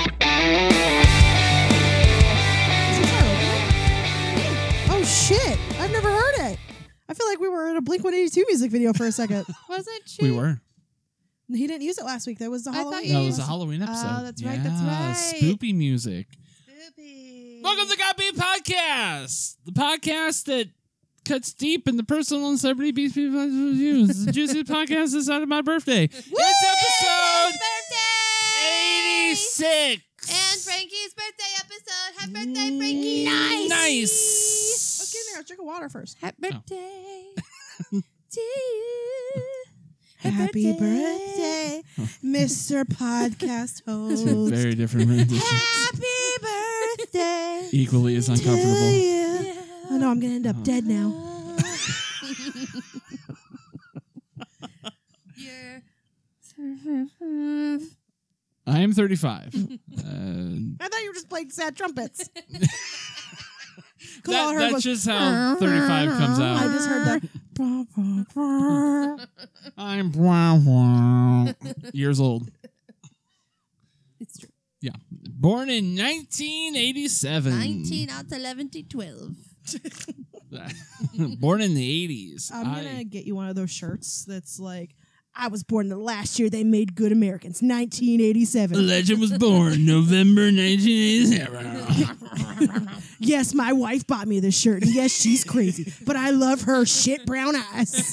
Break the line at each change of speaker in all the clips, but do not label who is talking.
Oh, a Blink 182 music video for a second.
Wasn't she?
We were.
he didn't use it last week. That was the
I thought
Halloween.
you
No, it was a
used-
Halloween episode.
Ah, that's right, that's right. Mm.
Spoopy music.
Spoopy.
Welcome to Got Beat Podcast, the podcast that cuts deep in the personal and celebrity beats people reviews. The juiciest podcast this side of my birthday. It's
Frankie's
episode
birthday!
86.
And Frankie's birthday episode. Happy birthday, Frankie!
Nice. Oh.
Let's
Nice.
get in there. Drink a water first.
Happy birthday to you.
Happy birthday, Mr. Podcast
Two
host.
very different renditions.
Happy birthday.
Equally as uncomfortable.
To you. Oh no, I'm gonna end up dead now.
Hmm.
You're.
I am 35. Uh,
I thought you were just playing sad trumpets.
that,
her
that's
was-
just how 35 comes
I
out.
just heard that.
I'm wow, wow, years old.
It's true.
Yeah. Born in 1987.
19 out of 11 to 12.
Born in the 80s.
I'm
I-
gonna get you one of those shirts that's like, I was born the last year they made good Americans, 1987.
Legend was born November 1987.
Yes, my wife bought me this shirt. and Yes, she's crazy, but I love her shit brown eyes.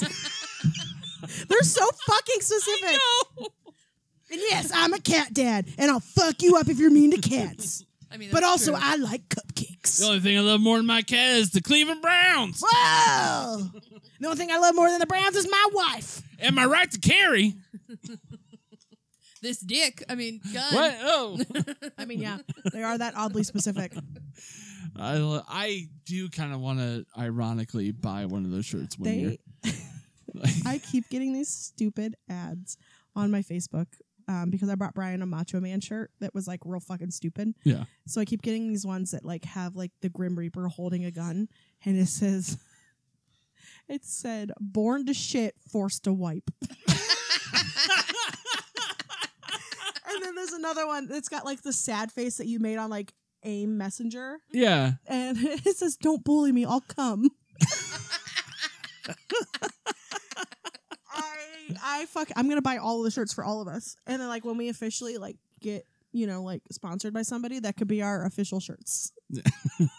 They're so fucking specific. And yes, I'm a cat dad, and I'll fuck you up if you're mean to cats.
I mean,
but also, I like cupcakes.
the only thing I love more than my cat is the Cleveland Browns.
Whoa! The only thing I love more than the Browns is my wife.
Am I right to carry?
this dick. I mean, gun.
What? Oh.
I mean, yeah, they are that oddly specific.
I, lo- I do kind of want to ironically buy one of those shirts one year.
They, I keep getting these stupid ads on my Facebook um, because I brought Brian a Macho Man shirt that was like real fucking stupid.
Yeah.
So I keep getting these ones that like have like the Grim Reaper holding a gun, and it says, "It said born to shit, forced to wipe." and then there's another one that's got like the sad face that you made on like AIM Messenger,
yeah.
and it says, "Don't bully me, I'll come." I I fuck. I'm gonna buy all of the shirts for all of us, and then like when we officially like get you know like sponsored by somebody, that could be our official shirts.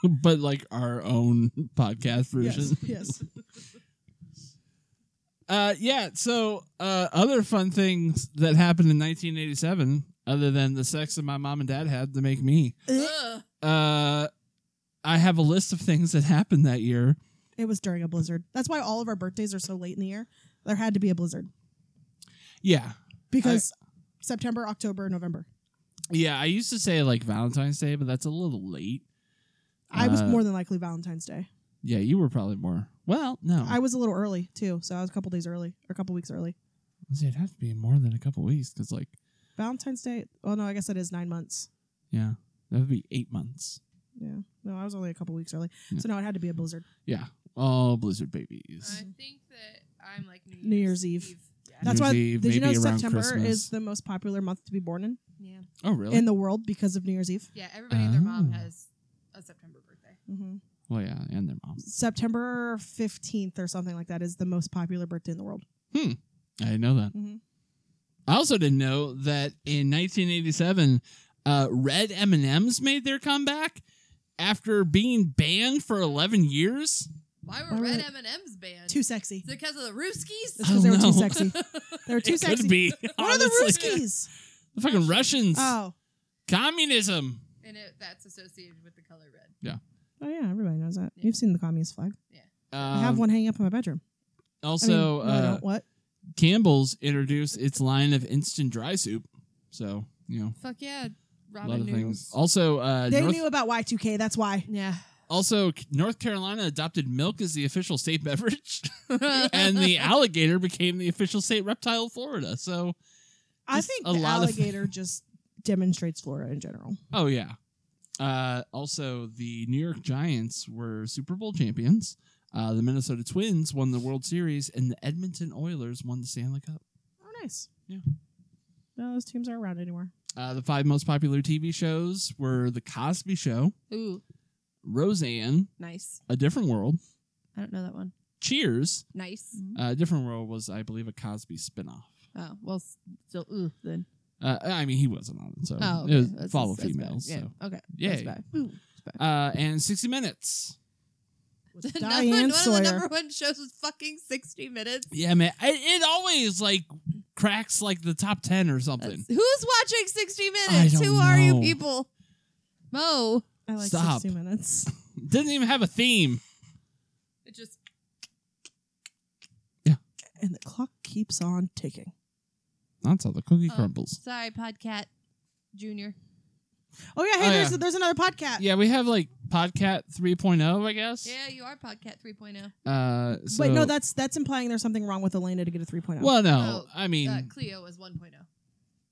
but like our own podcast version.
Yes. yes.
Uh, yeah. So, uh, other fun things that happened in 1987, other than the sex that my mom and dad had to make me,
Ugh.
uh, I have a list of things that happened that year.
It was during a blizzard. That's why all of our birthdays are so late in the year. There had to be a blizzard
Yeah.
because September, October, November.
Yeah. I used to say like Valentine's Day, but that's a little late.
I was
Uh,
more than likely Valentine's Day.
Yeah. You were probably more. Well, no.
I was a little early too, so I was a couple days early or a couple weeks early.
See, it'd have to be more than a couple weeks because, like,
Valentine's Day. Oh no, I guess that is nine months.
yeah, that would be eight months.
Yeah. No, I was only a couple weeks early,
Yeah.
so no, it had to be a blizzard.
Yeah. All Blizzard
I
babies.
think that I'm like New Year's,
New Year's Eve.
Yeah.
That's
New
why.
Year's Eve,
did you know
maybe around
September
Christmas.
is the most popular month to be born in
yeah.
oh, really?
in the world because of New Year's Eve?
Yeah, everybody and their mom
Oh.
has a September birthday.
Mm-hmm.
well, yeah, and their moms.
September 15th or something like that is the most popular birthday in the world.
I didn't know that.
Mm-hmm.
Mhm.
I also didn't know that in 1987, uh, red M and M's made their comeback after being banned for 11 years.
Why
Why
were
were
red
they-
M and M's banned?
Too sexy.
Is it because of the Rooskies?
It's because they were too
Oh, no.
sexy. They were too
it
sexy.
could be.
What are the
honestly.
Ruskies?
The fucking Russians.
Oh,
Communism.
and it, that's associated with the color red.
oh yeah, everybody knows that.
Yeah.
You've seen the communist flag.
Um,
I have one hanging up in my bedroom. I mean, no,
Also,
I
uh,
don't. what?
Campbell's introduced its line of instant dry soup. So, you know,
Fuck yeah,
a lot
Robin
of things.
Noodles.
Also, uh,
They
North,
knew about Y2K. That's why.
Yeah.
also North Carolina adopted milk as the official state beverage. and the alligator became the official state reptile of Florida. So,
I
Just
think
a
the
lot of-
alligator just demonstrates Florida in general.
oh yeah. Uh, also, the New York Giants were Super Bowl champions. Uh, the Minnesota Twins won the World Series, and the Edmonton Oilers won the Stanley Cup.
Oh, nice.
Yeah.
No, those teams aren't around anymore.
Uh, the five most popular TV shows were The Cosby Show,
Ooh,
Roseanne,
nice.
A Different World,
I don't know that one.
Cheers,
Nice.
uh, Different World was, I believe, a Cosby spinoff.
Oh well, s- still ooh then.
Uh, I mean, he wasn't on it, so
Oh, okay.
it was
That's-
follow
that's bad.
females.
Yeah.
So.
Okay.
Yay.
That's
Uh, and 60 Minutes.
With
Another one-
Diane
one of the number
Sawyer.
one shows was fucking 60 Minutes.
Yeah, man. It, it always like cracks like the top 10 or something.
Who's watching 60
I
Minutes?
don't
Who are you
know.
people? Mo.
I like
Stop.
60 minutes.
Didn't even have a theme.
It just
And the clock keeps on ticking.
That's how the cookie
Oh.
crumbles.
Sorry, Podcat Junior.
Oh yeah, hey,
Oh,
there's
yeah.
there's another podcast.
Yeah, we have like Podcat 3.0, I guess.
Yeah, you are Podcat oh. 3.0.
Uh, so,
Wait, no, that's that's implying there's something wrong with Elena to get a oh. 3.0.
Well, no.
Oh,
I mean,
uh, Cleo is 1.0.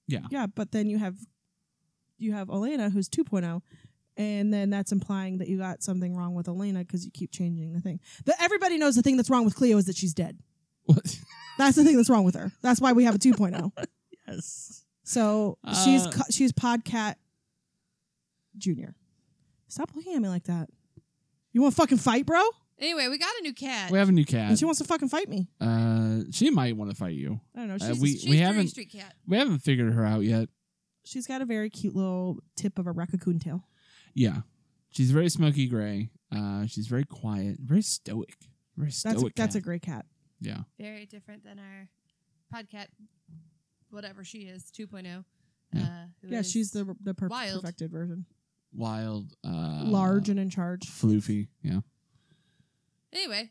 yeah, but then you have you have Elena who's 2.0 and then that's implying that you got something wrong with Elena cuz you keep changing the thing. The, everybody knows the thing that's wrong with Cleo is that she's dead.
what?
That's the thing that's wrong with her. That's why we have a oh. 2.0.
yes.
So she's
Uh,
co- she's Podcat Junior. Stop looking at me like that. You want to fucking fight, bro?
Anyway, we got a new cat.
We have a new
And
cat.
she wants to fucking fight me.
Uh, she might want to fight you.
I don't know.
Uh,
She's,
we-
She's Drew
haven't-
Street Cat.
We haven't figured her out yet.
she's got a very cute little tip of a raccoon tail.
Yeah. She's very smoky gray. Uh, she's very quiet, very stoic. Very stoic.
That's that's a
cat.
great cat.
yeah.
Very different than our Podcat, whatever she is, 2.0.
Yeah.
Uh, who
Yeah,
is-
she's the the per-
wild.
perfected version.
Wild, uh,
Large and in charge.
floofy. Yeah.
Anyway,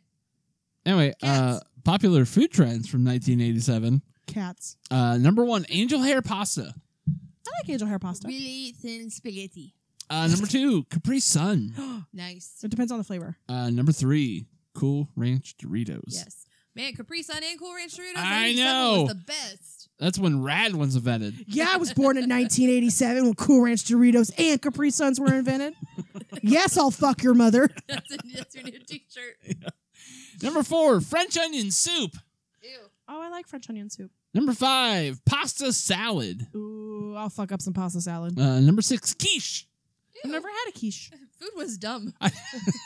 Anyway, uh,
Cats.
popular food trends from 1987.
Cats.
Uh, number one, angel hair pasta.
I like angel hair pasta.
really thin spaghetti.
Uh, number two, Capri Sun.
Nice.
it depends on the flavor.
Uh, number three, Cool Ranch Doritos.
Yes. Man, Capri Sun and Cool Ranch Doritos.
I
97
know.
Was the best.
That's when rad ones invented.
Yeah, I was born in 1987 when Cool Ranch Doritos and Capri Suns were invented. yes, I'll fuck your mother.
That's, that's your new T-shirt.
Number four, French onion soup.
Ew.
Oh, I like French onion soup.
Number five, pasta salad.
Ooh, I'll fuck up some pasta salad.
Uh, number six, quiche.
I've
Ew.
never had a quiche.
Food was dumb.
I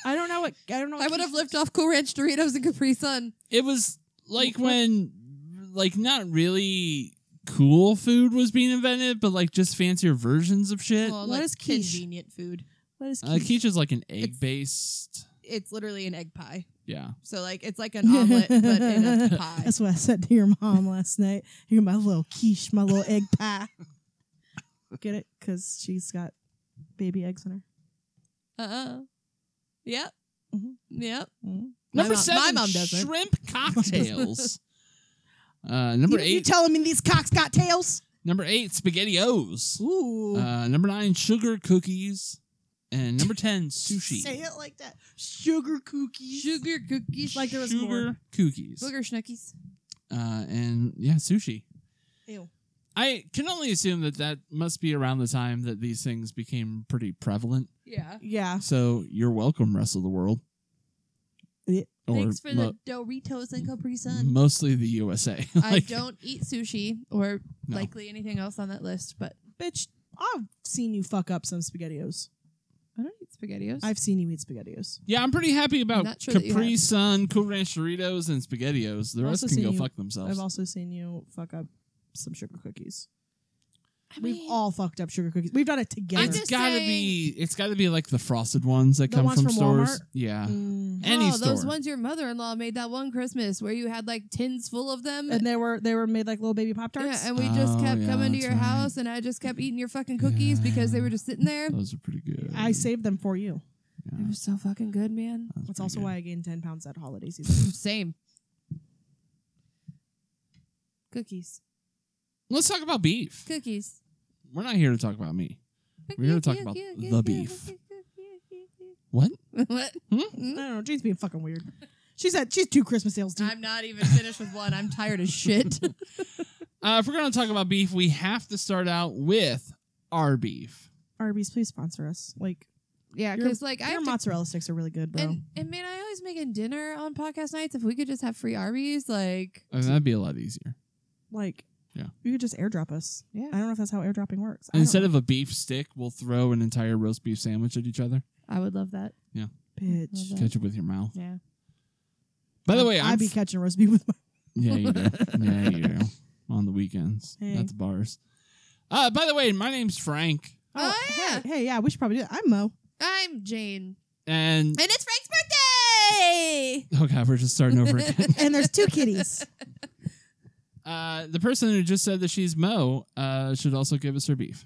don't know what I
Oh,
don't know. What
I would have
quiche-
lived off Cool Ranch Doritos and Capri Sun.
It was like when, like, not really cool food was being invented, but like just fancier versions of shit.
Well,
What
like
is quiche?
Convenient food.
What is
Uh,
quiche?
quiche is like an
It's-
egg based.
It's literally an egg pie.
Yeah.
So like it's like an omelet but in a pie.
That's what I said to your mom last night. You're my little quiche, my little egg pie. Get it? Because she's got baby eggs in her.
Uh-uh. Yep.
Mhm.
Mm-hmm.
Yep.
Mm.
My
Number
mom-
seven,
my mom doesn't.
shrimp cocktails. uh, number
you, You
eight,
telling me these cocks got tails?
number eight, spaghettios.
Ooh.
Uh, number nine, sugar cookies, and number ten, sushi.
Say it like that. Sugar cookies.
Sugar cookies.
Like there was
sugar
more.
cookies.
Booger schnuckies.
Uh, and yeah, sushi.
Ew.
I can only assume that that must be around the time that these things became pretty prevalent.
Yeah.
Yeah.
So you're welcome, rest of the world.
Yeah.
Or
Thanks for
mo-
the Doritos and Capri Sun.
mostly the USA.
I
Like,
don't eat sushi or
No.
likely anything else on that list, but
Bitch, I've seen you fuck up some SpaghettiOs.
I don't eat SpaghettiOs.
I've seen you eat SpaghettiOs.
Yeah, I'm pretty happy about
Not sure that you
Capri Sun, Cool Ranch Doritos, and SpaghettiOs. The
I've
rest
also
can go
seen you-
fuck themselves.
I've also seen you fuck up some sugar cookies.
I
We've
mean,
all fucked up sugar cookies. We've done it together.
I'm
it's
just
gotta
saying-
be. It's gotta be like the frosted ones that
The
come
ones
from,
from
stores.
Walmart?
Yeah,
Mm.
any
oh,
store.
those ones your mother-in-law made that one Christmas where you had like tins full of them.
And they were they were made like little baby pop tarts.
yeah, and we just
Oh,
kept
yeah,
coming to
that's
your
right.
house, and I just kept eating your fucking cookies
Yeah,
because they
yeah.
were just sitting there.
Those are pretty good.
I saved them for you.
It was so fucking good, man.
That's
That's pretty
also
good.
why I gained 10 pounds at holiday season.
Same. Cookies.
Let's talk about beef.
Cookies.
We're not here to talk about me. We're here to talk about the beef. What?
what?
I don't know. Jane's being fucking weird. She said she's two Christmas sales deep.
I'm not even finished with one. I'm tired of shit.
Uh, if we're gonna talk about beef, we have to start out with our beef.
Arby's, please sponsor us. Like,
yeah,
Your-
because like I
your
have to-
mozzarella sticks are really good, bro.
and, and man, I always make a dinner on podcast nights. If we could just have free Arby's, like
I mean, Uh, that'd be a lot easier.
like,
Yeah.
you could just airdrop us.
Yeah.
I don't know if that's how airdropping works. I
Instead
don't
of a beef stick, we'll throw an entire roast beef sandwich at each other.
I would love that.
know. bitch.
Love that.
Catch it with your mouth.
Yeah.
By the way,
I'd
I'm
be
f-
catching roast beef with my.
yeah, you do. Yeah, you do. On the weekends,
Hey.
at the bars. Uh, by the way, my name's Frank,
Oh,
Oh, yeah.
Hey, hey, yeah, we should probably do that. I'm Mo.
I'm Jane.
and
And it's Frank's birthday!
oh god, we're just starting over again.
And there's two kitties.
Uh, the person who just said that she's Mo uh, should also give us her beef.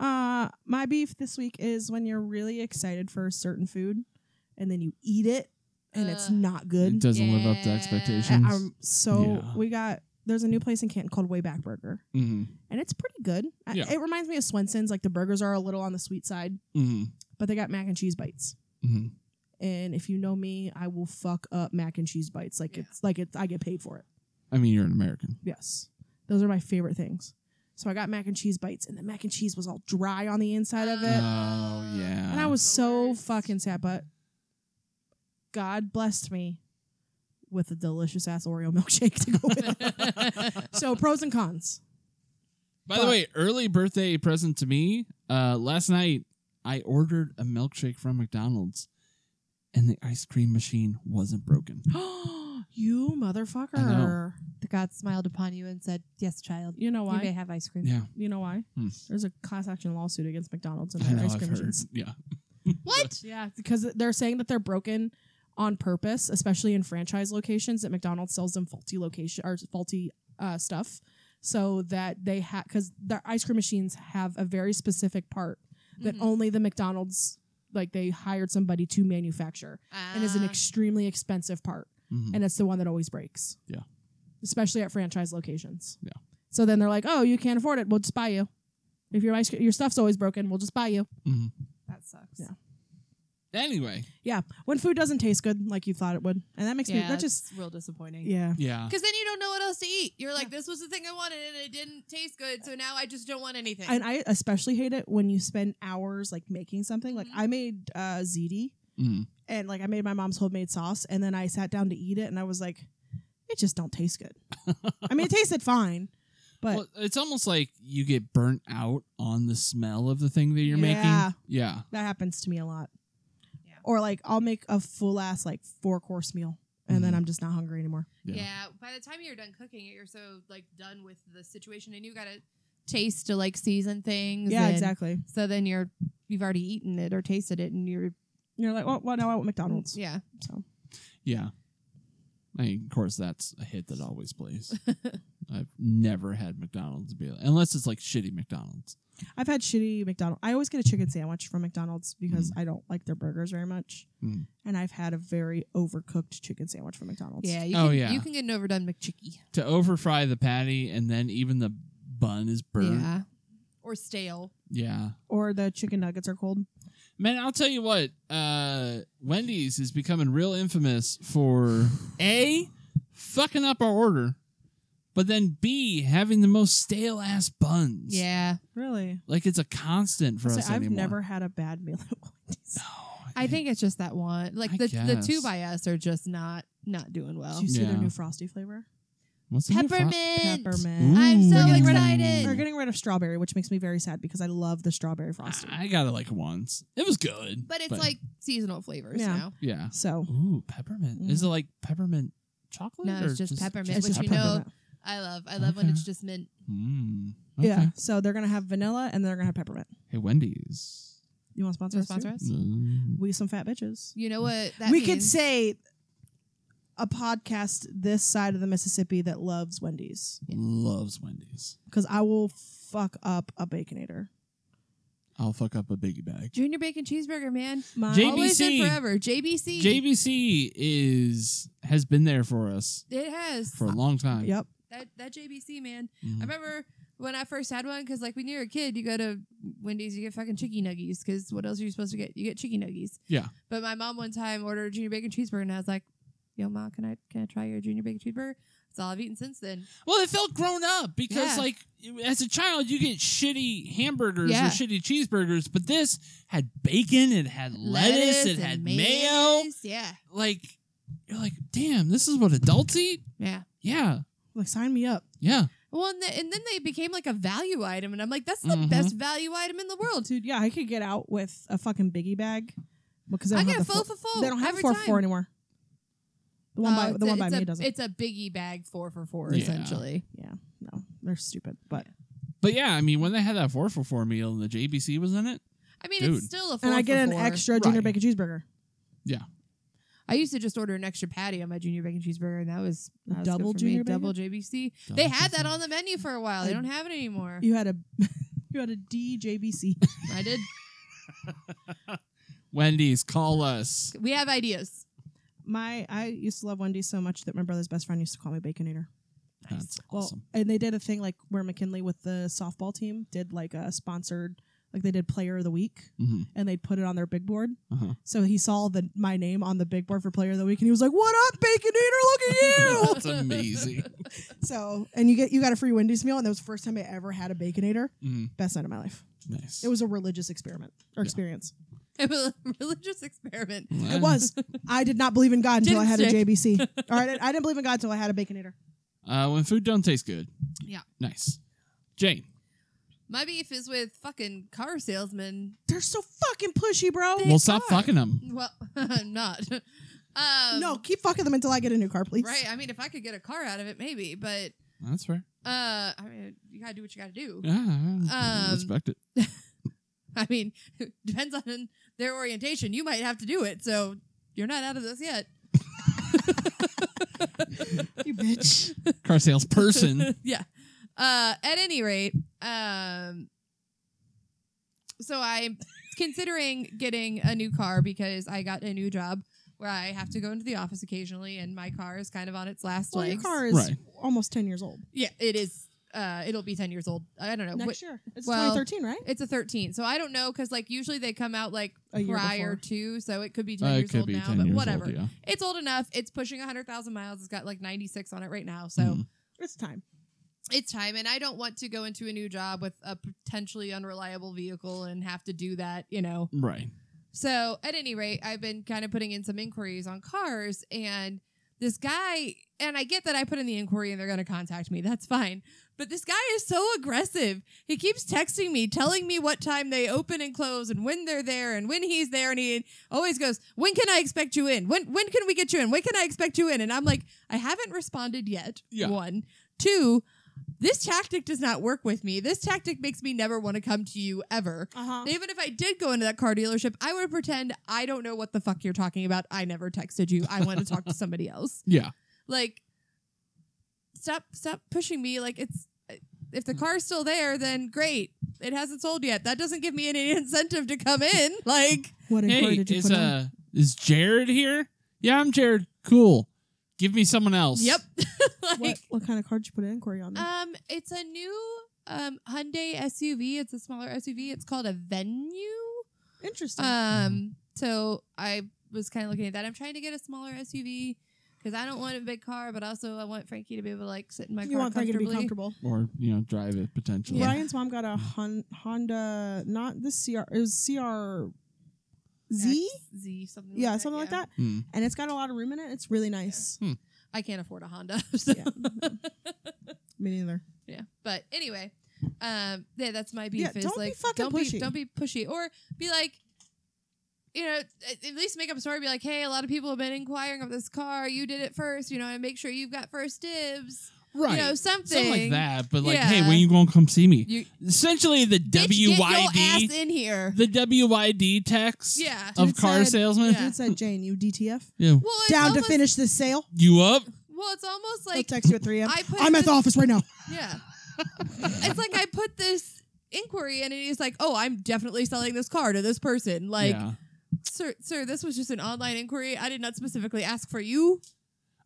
Uh, my beef this week is when you're really excited for a certain food and then you eat it and it's
Ugh.
not
It
good.
doesn't live up to
Yeah.
I-
expectations.
I'm, so
Yeah.
we got there's a new place in Canton called Wayback Burger
hmm
and it's pretty good. I-
Yeah.
It reminds me of Swenson's. Like the burgers are a little on the sweet side,
hmm
but they got mac and cheese bites.
hmm
And if you know me, I will fuck up mac and cheese bites. Like
Yeah.
it's like it's I get paid for it.
I mean, you're an American.
Yes. Those are my favorite things. So I got mac and cheese bites, and the mac and cheese was all dry on the inside of it.
Oh yeah.
Uh, and I was
the
so
worst.
fucking sad, but God blessed me with a delicious ass Oreo milkshake to go with.
That's
so pros and cons.
By the way, early birthday present to me. Uh, last night I ordered a milkshake from McDonald's, and the ice cream machine wasn't broken.
you
I know.
motherfucker.
The God smiled upon you and said, "Yes, child.
You know
You may
why?
have ice cream."
Yeah,
You know why?
Hmm.
There's a class action lawsuit against McDonald's and
I
their
know.
ice
I've
cream
heard.
machines.
Yeah.
What?
Yeah, because they're saying that they're broken on purpose, especially in franchise locations that McDonald's sells them faulty location or faulty uh, stuff, so that they have because their ice cream machines have a very specific part that
Mm-hmm.
only the McDonald's like they hired somebody to manufacture
Ah.
and is an extremely expensive part
Mhm.
and it's the one that always breaks.
Yeah.
Especially at franchise locations.
Yeah.
So then they're like, "Oh, you can't afford it. We'll just buy you. If your ice cre- your stuff's always broken, we'll just buy you."
Mhm.
That sucks.
Yeah.
Anyway,
Yeah. When food doesn't taste good like you thought it would, and that makes me that just
real disappointing.
yeah.
yeah.
Because then you don't know what else to eat. You're like, this was the thing I wanted and it didn't taste good, so now I just don't want anything.
And I especially hate it when you spend hours like making something. Like
Mhm.
I made uh, ziti,
Mhm.
and like I made my mom's homemade sauce, and then I sat down to eat it, and I was like, it just don't taste good. I mean, it tasted fine, but
well, it's almost like you get burnt out on the smell of the thing that you're
Yeah.
making. Yeah.
that happens to me a lot.
Yeah.
Or like I'll make a full ass like four course meal, and then
Mhm.
I'm just not hungry anymore.
yeah.
Yeah.
By the time you're done cooking it, you're so like done with the situation and you gotta taste to like season things.
Yeah,
and-
exactly.
So then you're you've already eaten it or tasted it and you're
You're like, well, well, no, I want McDonald's.
Yeah.
So
Yeah. I mean, of course, that's a hit that always plays. I've never had McDonald's be unless it's like shitty McDonald's.
I've had shitty McDonald's. I always get a chicken sandwich from McDonald's because I don't like their burgers very much.
Mm.
And I've had a very overcooked chicken sandwich from McDonald's.
Yeah, you
Oh,
can,
yeah.
You can get an overdone McChicky.
To overfry the patty and then even the bun is burnt. Yeah.
Yeah. Or stale.
Or the chicken nuggets are cold.
Man, I'll tell you what, uh, Wendy's is becoming real infamous for A, fucking up our order, but then B, having the most stale ass buns.
Yeah.
Really?
Like it's a constant for
So
us
I've
anymore.
never had a bad meal at Wendy's.
No,
I think it's just that one. Like
I
the, the two
guess.
by us are just not not doing well.
Did you see their
Yeah.
new frosty flavor?
What's the new fro-
Peppermint.
Peppermint.
I'm so
They're getting rid of-
excited.
They're getting rid of strawberry, which makes me very sad because I love the strawberry frosty.
I got it like once. It was good.
But it's like seasonal flavors
Yeah.
now.
Yeah.
So
Ooh, peppermint. Is it like peppermint chocolate?
Mm. No, it's
or
just peppermint,
it's
which
just
you know-
peppermint.
I love. I love when
Okay.
it's just mint.
Mm,
Yeah.
okay.
So they're gonna have vanilla and they're gonna have peppermint.
Hey, Wendy's.
You want to sponsor
Wanna
us? too?
sponsor us?
Mm.
We some fat bitches.
You know what that
we
means?
could say a podcast this side of the Mississippi that loves Wendy's
Loves Wendy's.
because I will fuck up a baconator.
I'll fuck up a biggie bag.
Junior Bacon Cheeseburger, man.
My
JB
Always and
JBC.
forever. JBC.
JBC is has been there for us
It has.
for a long time.
Yep.
That, that JBC, man.
Mhm.
I remember when I first had one because, like, when you're a kid, you go to Wendy's, you get fucking chicky nuggies because what else are you supposed to get? You get chicky nuggies.
Yeah.
But my mom one time ordered a junior bacon cheeseburger, and I was like, "Yo, ma, can I can I try your junior bacon cheeseburger?" That's all I've eaten since then.
Well, it felt grown up
Yeah.
because, like, as a child, you get shitty hamburgers
Yeah.
or shitty cheeseburgers, but this had bacon, it had lettuce, it
and
had mayo.
mayonnaise. Yeah,
Like, you're like, damn, this is what adults eat?
yeah.
Yeah,
Like sign me up.
yeah.
Well, and, the, and then they became like a value item, and I'm like, "That's the
Mhm.
best value item in the world."
Dude, yeah, I could get out with a fucking biggie bag because they
I
don't
get
have
a
the
full
four-
for full.
They don't have
Oh, every
four for
time.
four anymore. The one
Uh,
by
it's
the
a-
one by
it's
me
a-
doesn't.
It's a biggie bag four for four
Yeah.
essentially.
yeah, no, they're stupid. But
But yeah, I mean, when they had that four for four meal and the JBC was in it,
I mean,
Dude.
it's still a four
and I
for
get an
four.
extra junior
Right.
bacon cheeseburger,
I used to just order an extra patty on my junior bacon cheeseburger, and that was, that was
double
good for me.
junior
double JBC. they
Double
had that
JBC.
on the menu for a while. They don't have it anymore.
you had a you had a DJBC.
I did.
Wendy's, call us.
We have ideas.
My I used to love Wendy's so much that my brother's best friend used to call me Baconator.
That's
Well,
awesome.
and they did a thing like where McKinley with the softball team did like a sponsored, like they did Player of the Week,
Mm-hmm.
Mhm.
and they'd put it on their big board.
Uh-huh.
So he saw the my name on the big board for Player of the Week, and he was like, "What up, Baconator? Look at you!"
That's amazing.
so, and you get you got a free Wendy's meal, and that was the first time I ever had a Baconator.
Mhm.
Best night of my life.
Nice.
It was a religious experiment or
Yeah.
experience.
It was a religious experiment.
Well,
It was. I did not believe in God until
Didn't
I had
stick.
a JBC. Or I didn't, I didn't believe in God until I had a Baconator.
Uh, when food don't taste good.
Yeah.
Nice. Jane.
My beef is with fucking car salesmen.
They're so fucking pushy, bro.
They
Well, stop
are.
fucking them.
Well, I'm not. Um,
no, keep fucking them until I get a new car, please.
right. I mean, if I could get a car out of it, maybe. But
That's fair.
uh, I mean, you gotta do what you gotta do.
Yeah, I
Um,
Mm-hmm. respect it.
I mean, depends on their orientation. You might have to do it. So you're not out of this yet.
You bitch.
Car salesperson.
yeah. Uh, at any rate, um, so I'm considering getting a new car because I got a new job where I have to go into the office occasionally, and my car is kind of on its last
Well, your
legs.
car is
Right.
almost 10 years old.
yeah, it is. Uh, it'll be ten years old. I don't know.
Next
What-
year. It's
well,
2013, right?
It's a thirteen, so I don't know because like usually they come out like
A year
prior
before.
to, so it could be
Uh,
ten
it
years
could
old
be
now,
10
but
years
whatever.
Old, yeah.
It's old enough. It's pushing hundred thousand miles. It's got like ninety six on it right now, so.
Mhm.
It's time.
it's time and i don't want to go into a new job with a potentially unreliable vehicle and have to do that you know
Right.
so at any rate i've been kind of putting in some inquiries on cars and this guy and i get that i put in the inquiry and they're going to contact me that's fine but this guy is so aggressive he keeps texting me telling me what time they open and close and when they're there and when he's there and he always goes when can i expect you in when when can we get you in when can i expect you in and i'm like i haven't responded yet
Yeah.
one two this tactic does not work with me. This tactic makes me never want to come to you ever.
Uh-huh.
Even if I did go into that car dealership, I would pretend I don't know what the fuck you're talking about. I never texted you. I want to talk to somebody else.
Yeah.
Like, stop, stop pushing me. Like, it's if the car's still there, then great. It hasn't sold yet. That doesn't give me any incentive to come in. Like,
What inquiry
Hey,
did you
is
put in?
uh is Jared here? Yeah, I'm Jared. Cool. Give me someone else.
yep.
What,
like,
what kind of car did you put an inquiry on? there?
um, it's a new um Hyundai SUV. It's a smaller SUV. It's called a Venue.
Interesting.
Um, so I was kind of looking at that. I'm trying to get a smaller SUV because I don't want a big car, but also I want Frankie to be able to like sit in my
you
car
want Frankie to
comfortably.
be comfortable.
Or you know, drive it potentially.
Yeah.
Ryan's mom got a
Mm.
Hon- Honda, not the CR, it was CR Z?
X, Z, something.
Yeah,
like
something like
yeah.
that.
Hmm.
And it's got a lot of room in it. It's really nice.
I can't afford a Honda. so-
Yeah. Me neither.
Yeah. But anyway, um, yeah, that's my beef.
Yeah,
is
don't be
like,
fucking
don't Be,
pushy.
don't be pushy, or be like, you know, at at least make up a story. Be like, hey, a lot of people have been inquiring of this car. You did it first, you know, and make sure you've got first dibs.
Right.
You know, something.
Something like that. But like, hey,
Yeah.
when you gonna come see me?
You,
Essentially the
bitch, get your
WYD
ass in here.
the WYD text
Yeah.
of
Dude
car
said-
salesman.
Yeah.
Dude said, Jane, you DTF?
Yeah.
Well, it's
Down to
almost,
finish this sale?
You up?
Well, it's almost
I'll
like
text you at 3 a.m.
I put
I'm at
this-
the office right now.
yeah, it's like I put this inquiry in, and he's like, "Oh, I'm definitely selling this car to this person." Like,
yeah.
sir, sir, this was just an online inquiry. I did not specifically ask for you.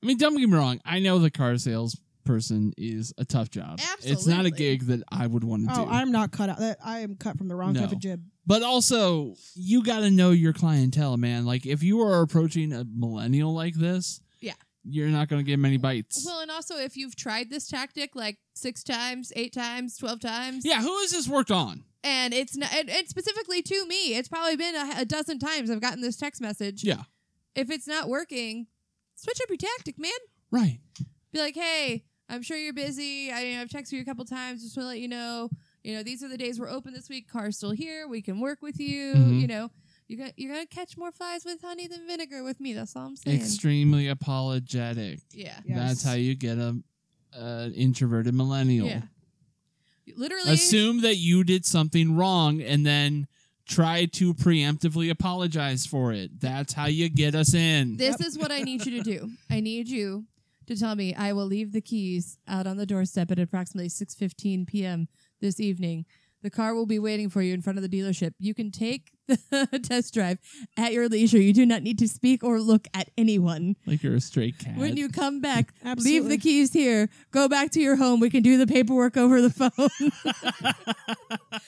I mean, don't get me wrong. I know the car salesperson is a tough job. It's not a
Absolutely.
gig that I would want to
Oh,
do.
I'm not cut out. That- I am cut from the wrong
No.
type of jib.
But also, you got to know your clientele, man. Like, if you are approaching a millennial like this,
Yeah.
you're not going to get many bites.
Well, and also if you've tried this tactic like six times, eight times, twelve times,
yeah, who has this worked on?
and it's not, and, and specifically to me, it's probably been a, a dozen times I've gotten this text message.
Yeah,
If it's not working, switch up your tactic, man.
right.
be like, hey, I'm sure you're busy. I, I've texted you a couple times just to let you know. You know, these are the days we're open this week. Car's still here. We can work with you.
Mhm.
You know, You're gonna you're gonna catch more flies with honey than vinegar with me. That's all I'm saying.
Extremely apologetic.
yeah.
That's how you get a an introverted millennial.
Yeah. Literally.
Assume that you did something wrong and then try to preemptively apologize for it. That's how you get us in.
This is what I need you to do. I need you to tell me I will leave the keys out on the doorstep at approximately 6:15 p.m. this evening. The car will be waiting for you in front of the dealership. You can take the test drive at your leisure. You do not need to speak or look at anyone.
like you're a stray cat.
When you come back,
Absolutely.
leave the keys here. Go back to your home. We can do the paperwork over the phone.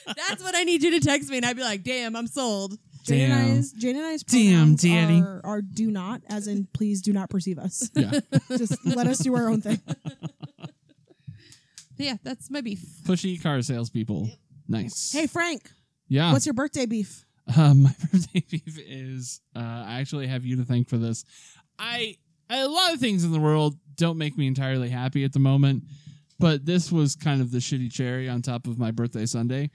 That's what I need you to text me, and I'd be like, "Damn, I'm sold."
Jane and
Damn.
I's, Jane and I's
Damn,
pronouns
Danny.
Are, are do not, as in please do not perceive us.
yeah.
Just let us do our own thing.
Yeah, that's my beef.
Pushy car salespeople. Nice.
Hey Frank,
yeah.
what's your birthday beef?
Uh, my birthday beef is uh, I actually have you to thank for this. I a lot of things in the world don't make me entirely happy at the moment, but this was kind of the shitty cherry on top of my birthday Sunday.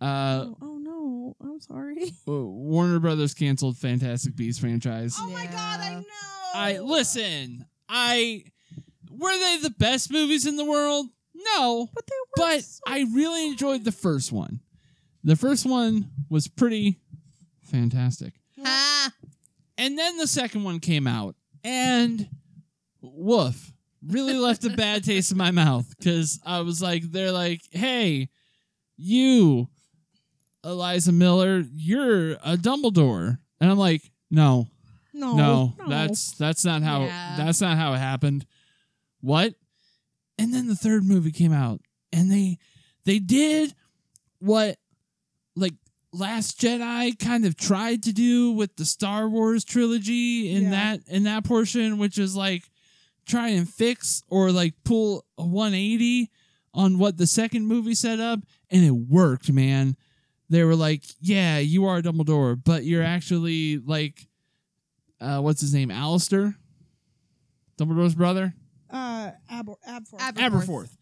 Uh,
oh, oh, no, I'm sorry.
Warner Brothers canceled Fantastic Beasts franchise.
Oh my god, I
Yeah.
know.
I
Oh.
listen. I were they the best movies in the world? No,
But they were
but
so-
I really enjoyed the first one. The first one was pretty fantastic.
Ah,
And then the second one came out, and woof, really left a bad taste in my mouth because I was like, they're like, hey, you, Eliza Miller, you're a Dumbledore, and I'm like, no,
Oh, no,
no, that's that's not how
Yeah.
that's not how it happened. What? And then the third movie came out, and they they did what like Last Jedi kind of tried to do with the Star Wars trilogy in
Yeah.
that in that portion, which is like try and fix or like pull a 180 on what the second movie set up, and it worked, man. They were like, "Yeah, you are Dumbledore, but you're actually like, uh, what's his name, Alistair, Dumbledore's brother,
uh Ab- Abforth.
Ab-
Aberforth.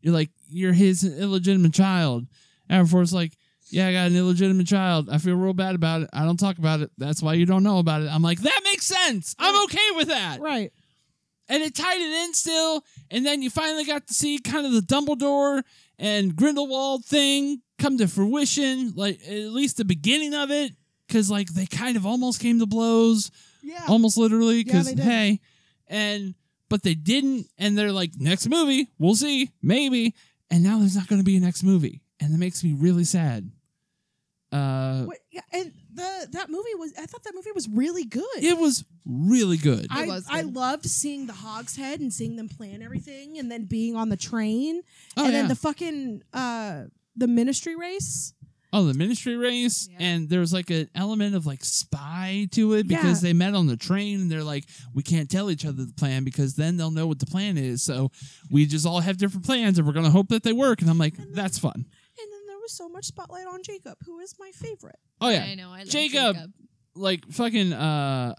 You're like, you're his illegitimate child. Aberforth's like, yeah, I got an illegitimate child. I feel real bad about it. I don't talk about it. That's why you don't know about it. I'm like, that makes sense. I'm okay with that
right.
and it tied it in still. And then you finally got to see kind of the Dumbledore and Grindelwald thing come to fruition, like at least the beginning of it, because like they kind of almost came to blows,
Yeah.
almost literally.
Yeah,
Because
they did.
hey, and but they didn't, and they're like, next movie, we'll see, maybe. And now there's not going to be a next movie, and that makes me really sad. Uh,
Wait, yeah, and the that movie was I thought that movie was really good.
it was really good.
I,
It was
I
good.
loved seeing the Hogshead and seeing them plan everything and then being on the train
oh,
and
yeah.
then the fucking uh the ministry race.
Oh, the ministry race,
Yeah.
and there was like an element of like spy to it because they met on the train, and they're like, we can't tell each other the plan because then they'll know what the plan is. So we just all have different plans, and we're gonna hope that they work. And I'm like,
And then-
that's fun.
And then there was so much spotlight on Jacob, who is my favorite.
Oh yeah,
I know. I love
Jacob. like fucking uh,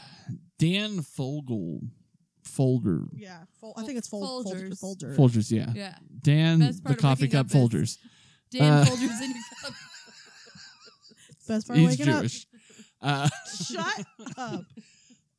Dan Fogel, Folder,
Yeah, I think it's Fol-
Fol-
Folgers.
Folgers.
Folgers.
Folgers, yeah,
Yeah.
Dan
Best
the
part of
coffee
waking
cup
up is-
Folgers.
Dan
Uh,
Folger's in your cup.
Best part of
He's
waking
Jewish. Uh,
up. Shut up.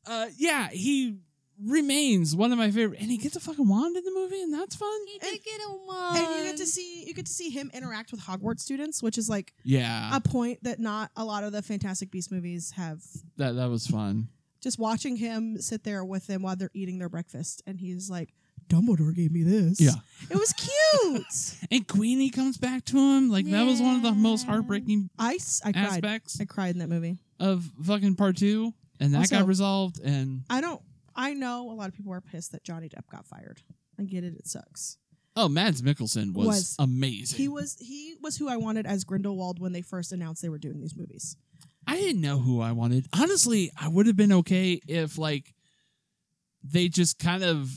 uh, yeah, he remains one of my favorite, and he gets a fucking wand in the movie, and that's fun.
He did get a wand.
And you get to see you get to see him interact with Hogwarts students, which is like
Yeah,
a point that not a lot of the Fantastic Beast movies have.
That that was fun.
Just watching him sit there with them while they're eating their breakfast, and he's like, "Dumbledore gave me this."
Yeah.
it was cute.
And Queenie comes back to him. Like that was one of the most
Yeah.
heartbreaking
I s- I cried.
aspects
I cried in that movie.
of fucking part two. And that
Also-
got resolved and
I don't. I know a lot of people are pissed that Johnny Depp got fired. I get it. It sucks.
Oh, Mads Mikkelsen was,
Was.
amazing.
He was he was who I wanted as Grindelwald when they first announced they were doing these movies.
I didn't know who I wanted. Honestly, I would have been okay if like they just kind of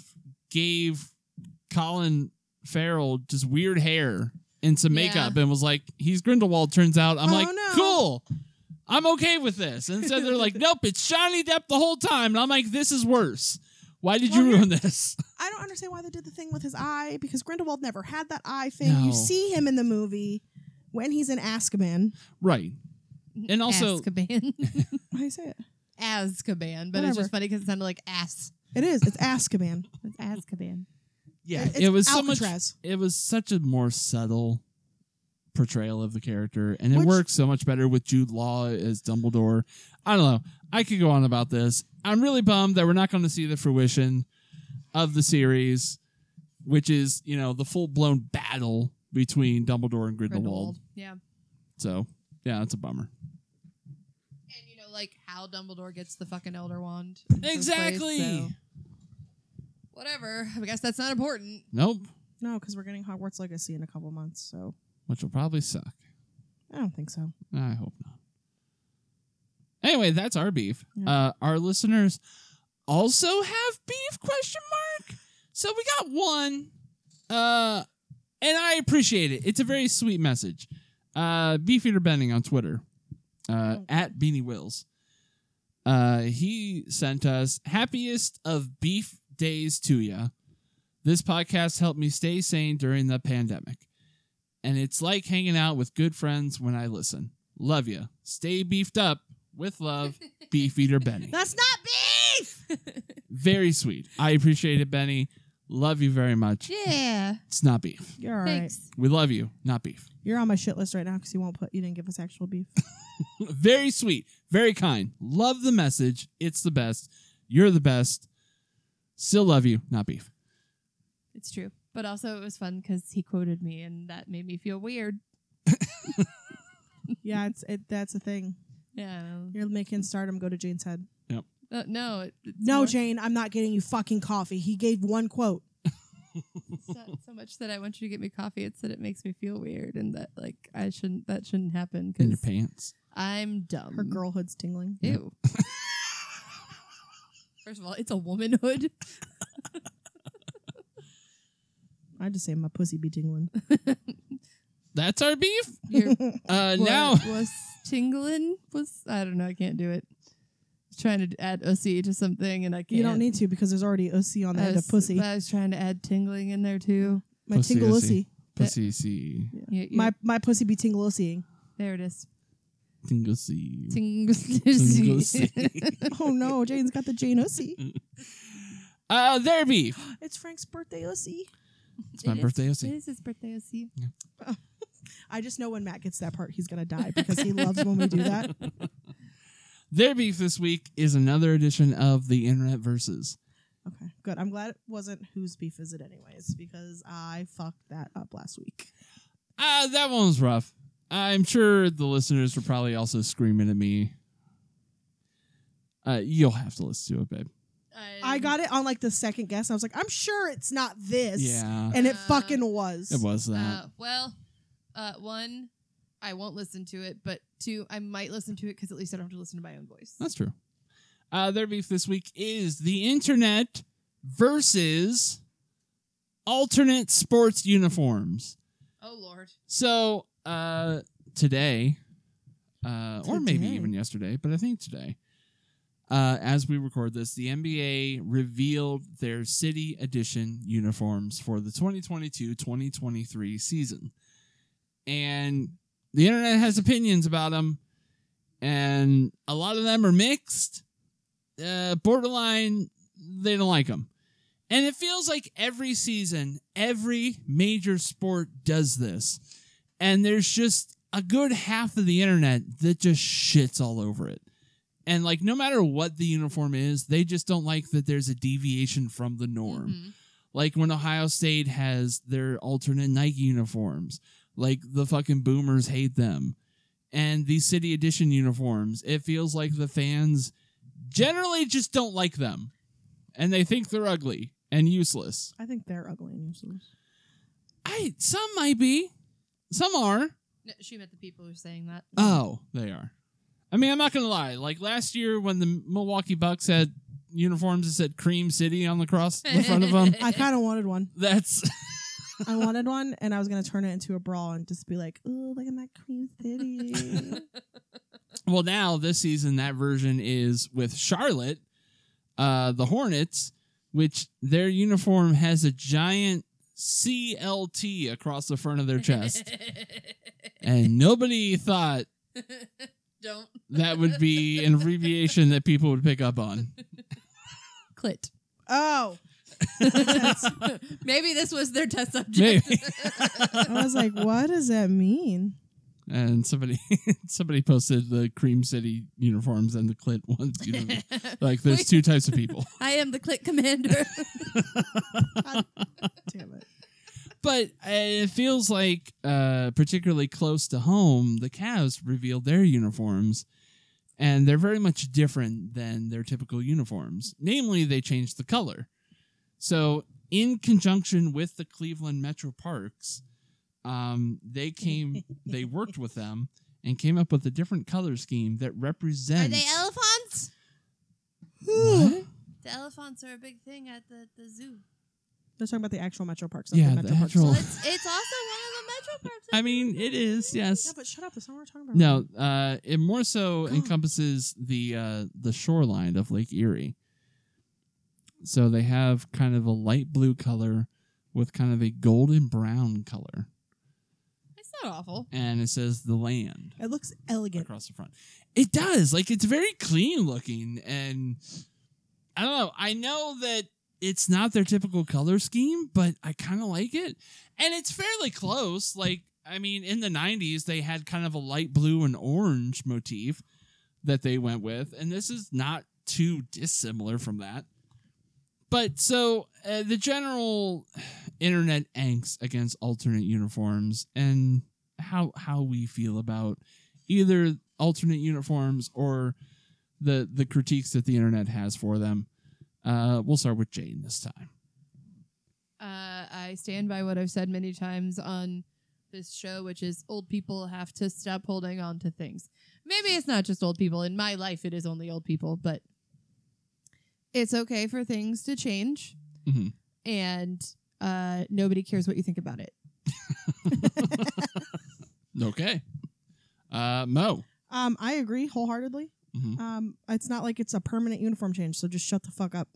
gave Colin Farrell just weird hair and some
Yeah.
makeup and was like, he's Grindelwald, turns out. I'm
Oh,
like,
no.
cool. I'm okay with this. And instead they're like, nope, it's Johnny Depp the whole time. And I'm like, this is worse. Why did
Well,
you
here-
ruin this?
I don't understand why they did the thing with his eye because Grindelwald never had that eye thing.
No.
You see him in the movie when he's in Azkaban.
Right. And also-
Azkaban.
How do you say it?
Azkaban, but it's
Whatever.
just funny because it sounded like ass.
It is. It's Azkaban.
It's Azkaban.
Yeah,
It's
it was so much.
Alcatraz.
It was such a more subtle portrayal of the character, and it
Which-
works so much better with Jude Law as Dumbledore. I don't know. I could go on about this. I'm really bummed that we're not going to see the fruition of the series, which is you know the full blown battle between Dumbledore and Grindelwald.
Grindelwald. Yeah.
So yeah, that's a bummer.
And you know, like how Dumbledore gets the fucking Elder Wand. in the first
Exactly.
place, so- Whatever. I guess that's not important.
Nope,
No, because we're getting Hogwarts Legacy in a couple months, so
which will probably suck.
I don't think so.
I hope not. Anyway, that's our beef.
Yeah.
Uh, our listeners also have beef? Question mark. So we got one, uh, and I appreciate it. It's a very sweet message. Uh, Beefeater Benning on Twitter, uh, at Beanie Wills. Uh, he sent us happiest of beef days to ya. This podcast helped me stay sane during the pandemic and it's like hanging out with good friends when I listen. Love ya. Stay beefed up. With love, Beef Eater Benny.
That's not beef.
Very sweet. I appreciate it, Benny. Love you very much.
Yeah.
It's not beef.
You're all right.
Thanks.
We love you, not beef.
You're on my shit list right now because you won't put. You didn't give us actual beef.
Very sweet. Very kind. Love the message. It's the best. You're the best. Still love you, not beef.
It's true. But also it was fun because he quoted me and that made me feel weird.
yeah, it's it. That's a thing.
Yeah.
You're making stardom go to Jane's head.
Uh, no. It, it's
No,
more-
Jane, I'm not getting you fucking coffee. He gave one quote.
It's not so much that I want you to get me coffee. It's that it makes me feel weird and that like I shouldn't. That shouldn't happen
In your
because
pants.
I'm dumb.
Her girlhood's tingling.
Ew. First of all, it's a womanhood.
I just say my pussy be tingling.
That's our beef.
Your
Uh,
blood
now,
was tingling. Was I don't know. I can't do it. I was trying to add OC to something and I can't.
You don't need to because there's already OC on the
I
end
was,
of pussy.
I was trying to add tingling in there too.
My
Pussy,
tingle
pussy.
OC.
pussy see,
You- you-
My my pussy be tingle OCing.
there it is.
tingle see.
Tingle.
Tingle see.
oh no, Jane's got the Jane OC.
Uh, their beef.
It's Frank's birthday OC.
It's my birthday, OC.
It is his birthday OC.
I just know when Matt gets that part, he's gonna die because he loves when we do that.
Their beef this week is another edition of the Internet Versus.
Okay, good. I'm glad it wasn't whose beef is it anyways because I fucked that up last week.
Ah, that one was rough. I'm sure the listeners were probably also screaming at me. Uh, you'll have to listen to it, babe.
Um,
I got it on like the second guess. And I was like, I'm sure it's not this.
Yeah,
And it
Uh,
fucking was.
it was that.
Uh, well, uh, one, I won't listen to it, but two, I might listen to it because at least I don't have to listen to my own voice.
That's true. Uh, their beef this week is the Internet versus alternate sports uniforms.
Oh Lord,
So uh, today, uh, or maybe
Today.
even yesterday, but I think today, uh, as we record this, the NBA revealed their city edition uniforms for the 2022-2023 season, and the internet has opinions about them, and a lot of them are mixed, uh, borderline. They don't like them. And it feels like every season, every major sport does this. And there's just a good half of the internet that just shits all over it. And like, no matter what the uniform is, they just don't like that there's a deviation from the norm
Mhm.
like when Ohio State has their alternate Nike uniforms, like the fucking boomers hate them. And these city edition uniforms, it feels like the fans generally just don't like them. And they think they're ugly and useless.
I think they're ugly and useless.
I some might be. Some are.
No, she meant the people who are saying that.
Oh, they are. I mean, I'm not gonna lie. Like last year when the Milwaukee Bucks had uniforms that said Cream City on the cross the front of them.
I kind of wanted one.
That's
I wanted one, and I was gonna turn it into a brawl and just be like, "Ooh, look at my cream city."
Well, now this season, that version is with Charlotte, uh, the Hornets, which their uniform has a giant CLT across the front of their chest. and nobody thought
Don't.
That would be an abbreviation that people would pick up on.
Clit.
Oh,
Maybe this was their test subject.
Maybe.
I was like, what does that mean?
And somebody somebody posted the Cream City uniforms and the Clit ones. You know, like there's two types of people.
I am the clit commander.
Damn it.
But uh, it feels like, uh, particularly close to home, the Cavs revealed their uniforms, and they're very much different than their typical uniforms. Namely, they changed the color. So, in conjunction with the Cleveland Metro Parks, um, they came, they worked with them, and came up with a different color scheme that represents.
Are they elephants?
What?
The elephants are a big thing at the, the zoo.
They're talking about the actual Metro Parks.
Yeah,
the
the
Metro Parks.
actual-
Well, it's, it's also one of the metro parks.
Oh. I mean, it is yes.
Yeah, but shut up. That's not what we're talking about.
No, uh, it more so encompasses the uh, the shoreline of Lake Erie. So they have kind of a light blue color with kind of a golden brown color,
it's not awful.
and it says the land
It looks elegant.
across the front. It does like it's very clean looking, and I don't know. I know that it's not their typical color scheme, but I kind of like it, and it's fairly close. Like I mean, in the '90s they had kind of a light blue and orange motif that they went with, and this is not too dissimilar from that. But so uh, the general internet angst against alternate uniforms and how how we feel about either alternate uniforms or the the critiques that the internet has for them. Uh, we'll start with Jane this time.
Uh, I stand by what I've said many times on this show, which is old people have to stop holding on to things. Maybe it's not just old people. In my life, it is only old people, but it's okay for things to change,
Mhm.
and uh, nobody cares what you think about it.
Okay, uh, Mo.
Um, I agree wholeheartedly.
Mhm.
Um, it's not like it's a permanent uniform change, so just shut the fuck up.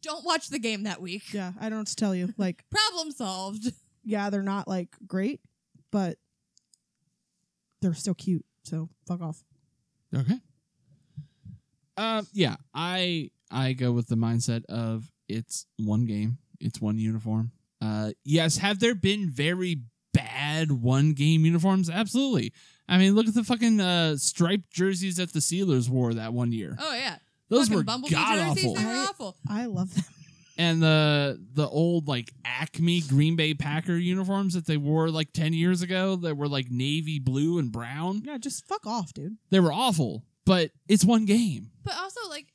Don't watch the game that week.
Yeah, I don't know what to tell you. Like,
Problem solved.
yeah, they're not like great, but they're still cute. So fuck off.
Okay. Uh, yeah, I I go with the mindset of it's one game, it's one uniform. Uh, yes, have there been very bad one game uniforms? Absolutely. I mean, look at the fucking uh, striped jerseys that the Sealers wore that one year.
Oh yeah,
Those
Fucking
were
Bumblebee
god awful.
jerseys, They were
Right?
awful.
I love them.
and the the old like Acme Green Bay Packer uniforms that they wore like ten years ago that were like navy blue and brown.
Yeah, just fuck off, dude.
They were awful, but it's one game.
But also, like,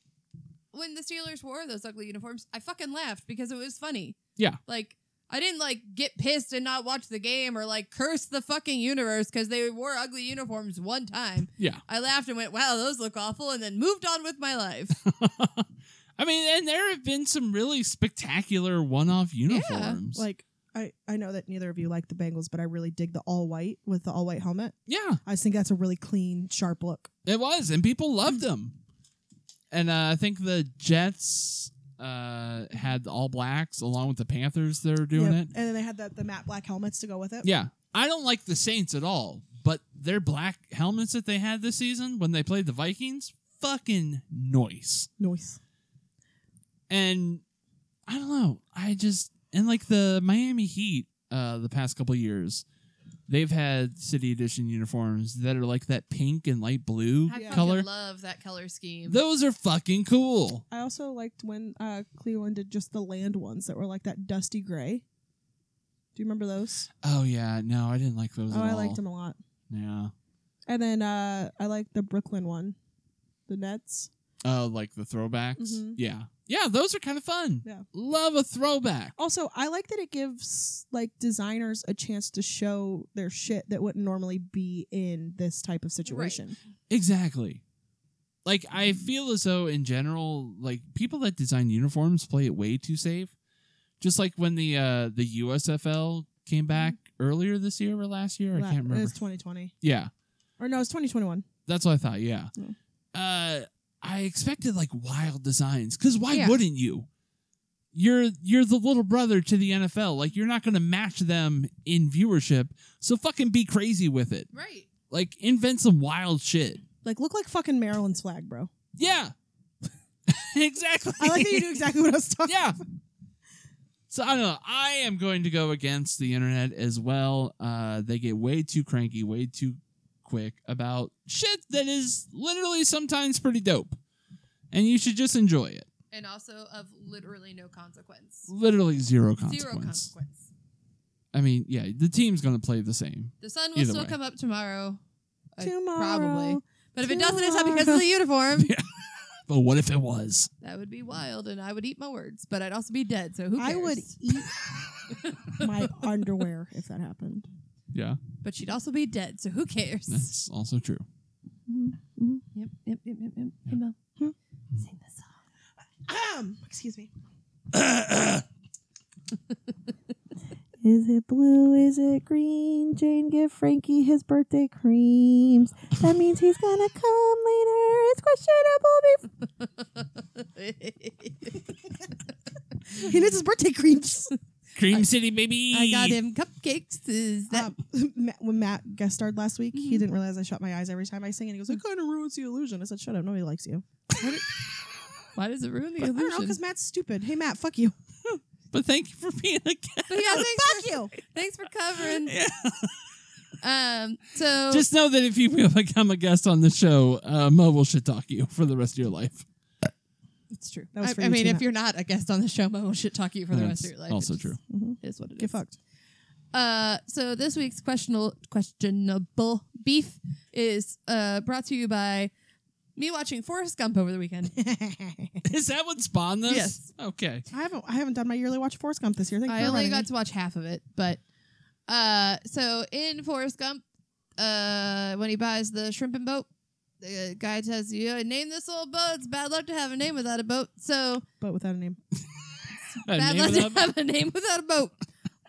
when the Steelers wore those ugly uniforms, I fucking laughed because it was funny.
Yeah.
Like, I didn't, like, get pissed and not watch the game or, like, curse the fucking universe because they wore ugly uniforms one time.
Yeah.
I laughed and went, wow, those look awful, and then moved on with my life.
I mean, and there have been some really spectacular one-off uniforms.
Like, I, I know that neither of you like the Bengals, but I really dig the all white with the all white helmet.
yeah,
I just think that's a really clean, sharp look.
it was, and people loved them. And uh, I think the Jets uh, had the All Blacks along with the Panthers. They're doing
Yep.
it.
And then they had the, the matte black helmets to go with it.
Yeah. I don't like the Saints at all, but their black helmets that they had this season when they played the Vikings, fucking noise.
Noise.
And I don't know. I just and like the Miami Heat uh the past couple years, they've had city edition uniforms that are like that pink and light blue
I fucking
color.
love that color scheme.
Those are fucking cool.
I also liked when uh, Cleveland did just the land ones that were like that dusty gray. Do you remember those?
Oh yeah, no, I didn't like those
Oh,
at
I
all.
liked them a lot.
Yeah.
And then uh, I like the Brooklyn one, the Nets.
Oh, like the throwbacks.
Mhm.
Yeah. Yeah, those are kind of fun.
Yeah.
Love a throwback.
Also, I like that it gives like designers a chance to show their shit that wouldn't normally be in this type of situation.
Exactly. Like I
Mm-hmm.
feel as though in general, like people that design uniforms play it way too safe. Just like when the uh the USFL came back earlier this year or last year, I
La-
can't
Mm-hmm. It
remember.
was 2020,
yeah.
or no, it's 2021.
That's what I thought, yeah.
Yeah.
Uh I expected like wild designs cuz why
Yeah.
wouldn't you? You're you're the little brother to the NFL. Like you're not going to match them in viewership. So fucking be crazy with it
Right.
Like invent some wild shit.
Like, look like fucking Maryland's flag, bro.
Yeah. exactly.
I like that you knew exactly what I was talking
yeah. So I don't know. I am going to go against the internet as well. Uh, they get way too cranky, way too quick about shit that is literally sometimes pretty dope, and you should just enjoy it.
and also of literally no consequence.
Literally zero consequence.
Zero consequence.
I mean, yeah, the team's going to play the same.
The sun will
Either
still
way.
come up tomorrow. I-
Tomorrow.
Probably. But if it doesn't, it's not because of the uniform.
But what if it was?
that would be wild, and I would eat my words, but I'd also be dead, so who cares?
I would eat my underwear if that happened.
Yeah,
But she'd also be dead, so who cares?
that's also true.
Yep, yep, yep, yep, yep. Hey, Mel.
Mm-hmm. Hmm.
Sing the song.
Um, excuse me.
Is it blue? Is it green? Jane give Frankie his birthday creams. That means he's gonna come later. It's questionable. Before.
He needs his birthday creams. Um,
Cream City, baby.
I got him cupcakes. Is that
Um, Matt, when Matt guest starred last week, he didn't realize I shut my eyes every time I sing, and he goes, "It kind of ruins the illusion." I said, "Shut up, nobody likes you."
why does it ruin the
But I don't know
illusion?
because Matt's stupid. Hey, Matt, fuck you.
But thank you for being a guest.
But yeah, thanks,
fuck you.
thanks for covering. Um. So
Just know that if you become a guest on the show, uh, Mo will shit talk you for the rest of your life.
it's true.
That was for
I, I
you
mean,
too,
if
Matt.
you're not a guest on the show, I will shit talk you for the rest
That's
of your life.
also
It just
true.
Is what it
Mm-hmm.
is.
Get fucked.
Uh, so this week's questionable questionable beef is uh brought to you by me watching Forrest Gump over the weekend.
I
Is that what spawned this?
Yes.
Okay.
haven't I haven't done my yearly watch of Forrest Gump this year. Thank you
I
for
only
reminding
got
me.
to watch half of it, but uh, so in Forrest Gump, uh, when he buys the shrimp and boat, the guy tells you, "Name this old boat. It's bad luck to have a name without a boat." So
but without a name.
Uh,
bad
name
luck
of
to
that-
have a name without a boat,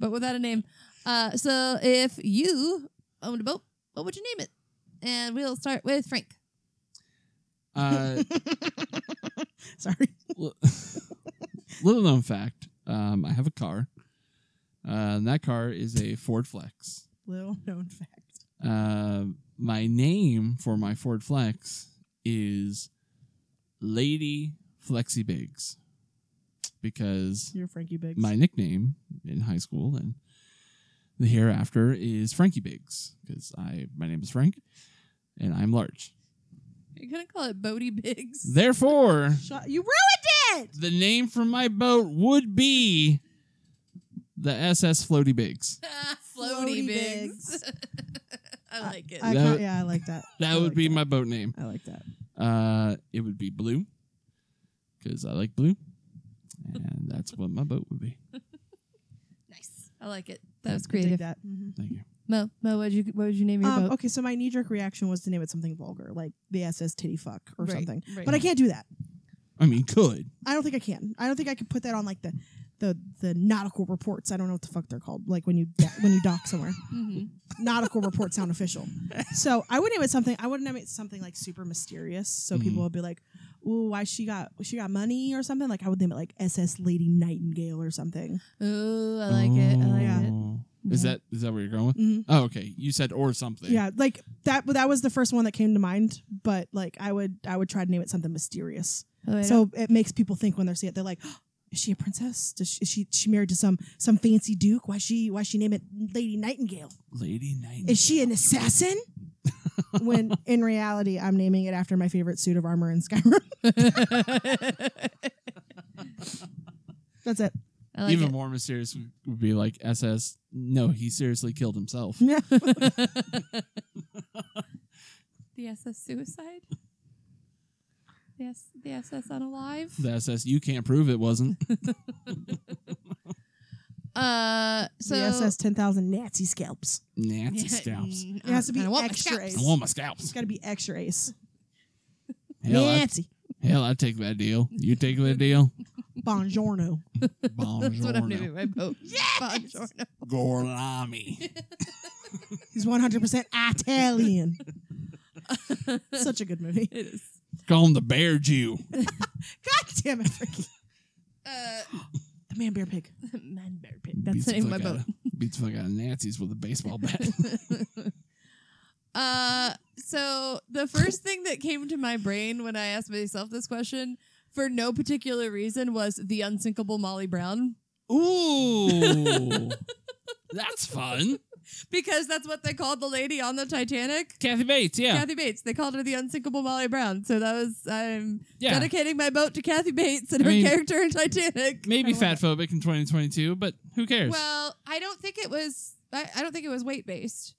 but without a name. Uh, so if you owned a boat, what would you name it? And we'll start with Frank.
Uh,
Sorry.
l- little known fact: um, I have a car. Uh, and that car is a Ford Flex.
Little known fact.
Uh, my name for my Ford Flex is Lady Flexi Biggs because
You're Frankie Biggs.
my nickname in high school and the hereafter is Frankie Biggs because I my name is Frank and I'm large.
You're gonna call it Bodie Biggs.
Therefore,
Shut, you
the name for my boat would be the SS Floaty Biggs.
Floaty
Floaty Biggs. I like it.
I
That
can't-
would-
yeah, I like that. I
That would
like
be
that.
my boat name.
I like that.
Uh, it would be blue because I like blue, and that's what my boat would be.
nice. I like it. That
I
was
dig
creative. Mm-hmm.
that. Mhm.
Thank you.
Mo, Mo, what'd you what would you name your
Um,
boat?
okay, so my knee jerk reaction was to name it something vulgar, like the SS titty fuck or
Right,
something.
right.
But I can't do that.
I mean, could
I don't think I can. I don't think I could put that on like the the the nautical reports. I don't know what the fuck they're called. Like when you when you dock somewhere,
Mm-hmm.
Mhm.
nautical reports sound official. So I would name it something. I would name it something like super mysterious, so
Mhm.
people would be like, "Ooh, why she got she got money or something?" Like I would name it like SS Lady Nightingale or something.
Ooh, I like it. I like
Oh.
it.
it. Is that is that where you're going? with?
Mhm.
Oh, okay. You said or something.
Yeah, like that. That was the first one that came to mind. But like I would I would try to name it something mysterious.
Oh, I don't-
So it makes people think when they're seeing it, they're like, "Is she a princess? Does she, is she she married to some some fancy duke? Why she why she name it Lady Nightingale?
Lady Night.
Is she an assassin?" when in reality, I'm naming it after my favorite suit of armor in Skyrim. That's it.
I like
Even
it.
more mysterious would- would be like SS. No, he seriously killed himself.
Yeah.
The SS suicide. Yes, the SS unalive.
The SS, you can't prove it wasn't.
Uh, so
the SS ten thousand Nazi scalps.
Nancy scalps.
It has to be
Mm, I want my
extra
scalps.
ace.
I want my scalps.
It's got to be extra ace.
Hell, I,
Nancy.
hell, I take that deal. You take that deal.
Bongiorno.
That's what I'm
Buongiorno.
naming my boat. yes.
Gorlami.
He's one hundred percent Italian. Such a good movie.
It is.
Call him the Bear Jew.
God damn it, Ricky.
Uh,
The man bear pig.
man bear pig. That's the
Beats
name of my
fuck
boat.
outta- Beats the fuck out of Nazis with a baseball bat.
Uh, so the first thing that came to my brain when I asked myself this question, for no particular reason, was the unsinkable Molly Brown
Ooh. That's fun.
because that's what they called the lady on the Titanic.
Kathy Bates, yeah.
Kathy Bates. They called her the unsinkable Molly Brown. So that was I'm
yeah.
dedicating my vote to Kathy Bates and
I
her
mean-
character in Titanic.
Maybe fat phobic in 2022, but who cares?
Well, I don't think it was. I, I don't think it was weight based.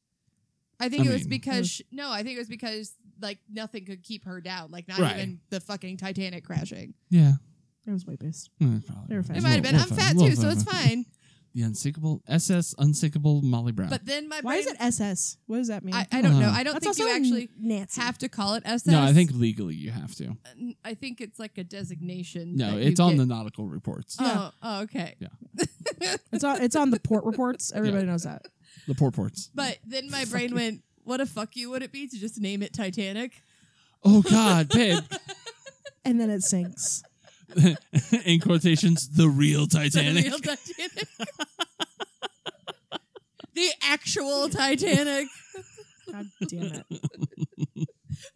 I think
I
it was
mean- mm.
because she- no, I think it was because like nothing could keep her down, like not
Right.
even the fucking Titanic crashing.
yeah.
It was way based.
Hmm, probably.
They were fat.
It
That's
might have
Little-
been. I'm
little
fat
little
too, so it's fine.
The unsinkable SS unsinkable Molly Brown.
But then my
Why
brain,
is it SS? What does that mean?
I, I don't know.
Uh-huh.
I don't
That's
think you
also
actually
Nancy.
have to call it SS.
no, I think legally you have to.
I think it's like a designation.
No,
that you
it's on
get-
the nautical reports.
Oh, oh, okay.
It's on, it's on the port reports. Everybody knows that.
The porports.
But then my brain went, "What a fuck you would it be to just name it Titanic?"
Oh god, babe.
And then it sinks.
in quotations, the real
The
Titanic.
real Titanic. the actual Titanic.
God damn it.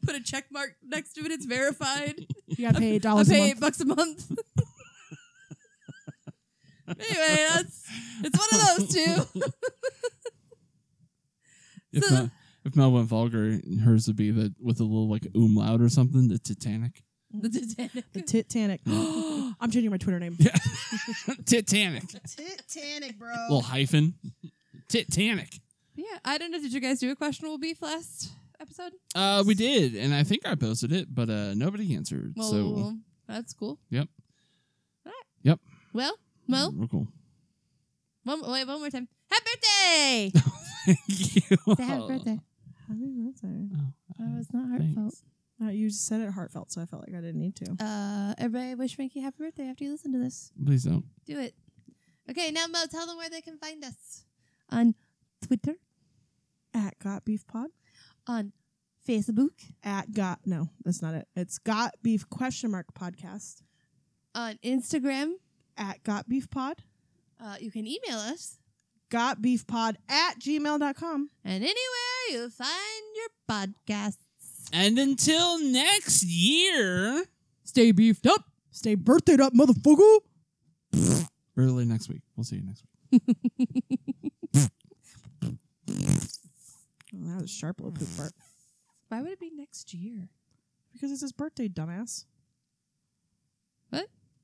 Put a check mark next to it. It's verified.
You got to pay eight
I
dollars a
pay
month.
eight bucks a month. anyway, that's it's one of those two.
if,
So-
Mel, if Mel went vulgar, hers would be that with a little like umlaut or something, the Titanic.
The Titanic.
The Titanic. I'm changing my Twitter name.
Titanic.
Titanic, bro.
little hyphen. Titanic.
Yeah, I don't know. Did you guys do a questionable beef last episode?
Uh, we did, and I think I posted it, but uh, nobody answered.
Well,
so
that's cool.
Yep.
All right.
Yep.
Well, Mo,
real cool.
one, wait, one more time. Happy birthday!
Thank you.
Happy birthday.
Oh,
That was not
thanks.
heartfelt.
Uh, you just said it heartfelt, so I felt like I didn't need to.
Uh, everybody wish Frankie happy birthday after you listen to this.
Please don't.
Do it. Okay, now Mo, tell them where they can find us on Twitter,
At Got Beef Pod.
on Facebook,
At Got. No, that's not it. It's Got Beef question mark podcast.
on Instagram.
At Got Beef Pod.
Uh, you can email us,
Got Beef Pod at gmail.com.
and anywhere you find your podcasts.
And until next year,
Stay beefed up.
Stay birthdayed up, motherfucker.
early next week. We'll see you next week.
Oh, that was a sharp little poop fart.
Why would it be next year?
Because it's his birthday, dumbass.